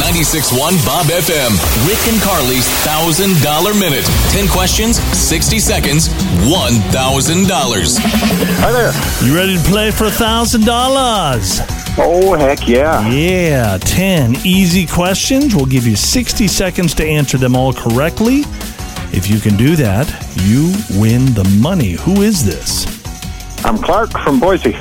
961 Bob FM. Rick and Carly's $1,000 minute. 10 questions, 60 seconds, $1,000. Hi there. You ready to play for $1,000? Oh, heck yeah. Yeah, 10 easy questions. We'll give you 60 seconds to answer them all correctly. If you can do that, you win the money. Who is this? I'm Clark from Boise.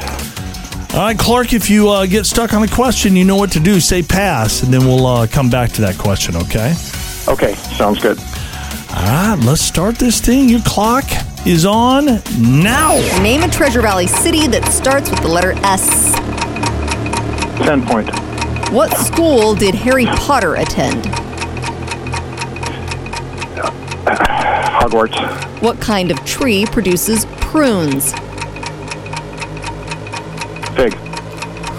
All right, Clark, if you uh, get stuck on a question, you know what to do. Say pass, and then we'll uh, come back to that question, okay? Okay, sounds good. All right, let's start this thing. Your clock is on now. Name a Treasure Valley city that starts with the letter S. 10 point. What school did Harry Potter attend? Hogwarts. What kind of tree produces prunes? Fig.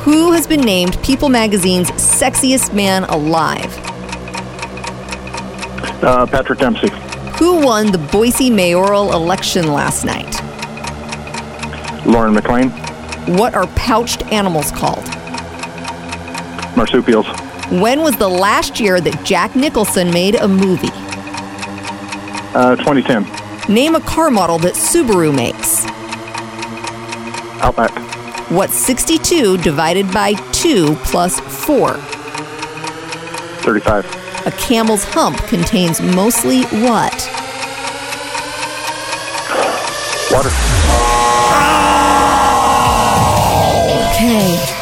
Who has been named People magazine's sexiest man alive? Uh, Patrick Dempsey. Who won the Boise mayoral election last night? Lauren McLean. What are pouched animals called? Marsupials. When was the last year that Jack Nicholson made a movie? Uh, 2010. Name a car model that Subaru makes. Outback. What's 62 divided by 2 plus 4? 35. A camel's hump contains mostly what? Water. Okay.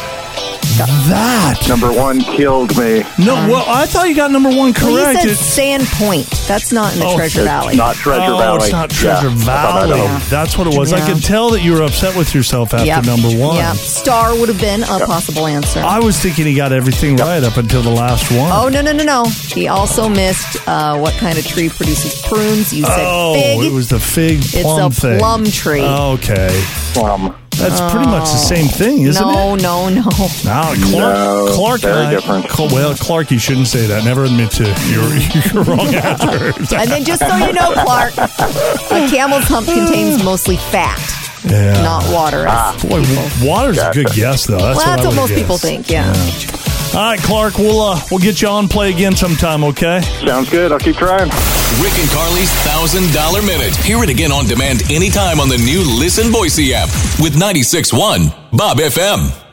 That. Number one killed me. No, well, I thought you got number one correct. Well, he said It's- Sand Point. That's not in the Oh, Treasure it's Valley. Not Treasure oh, Valley. it's not Yeah, Treasure I thought I Valley. know. That's what it was. I Yeah. could tell that you were upset with yourself after Yep. number one. Yep. Star would have been a possible answer. I was thinking he got everything right up until the last one. Oh no no no no! He also missed uh, what kind of tree produces prunes. You said Oh, fig. it was the fig a plum thing. plum tree. Oh. Okay. Plum. That's pretty much the same thing, isn't no it? no no. Now, Clark, No, Clark very and I- different. Cl- well, Clark, you shouldn't say that. Never admit to your, your wrong answers. And then just so you know, Clark, a camel's hump contains mostly fat, Yeah. Ah. not water. Boy, wa- water's a good guess, though. That's well, what, I that's what would've most people guessed. think. Yeah. All right, Clark, we'll uh, we'll get you on play again sometime, okay? Sounds good. I'll keep trying. Rick and Carly's $1,000 minute. Hear it again on demand anytime on the new Listen Boise app with 961 Bob FM.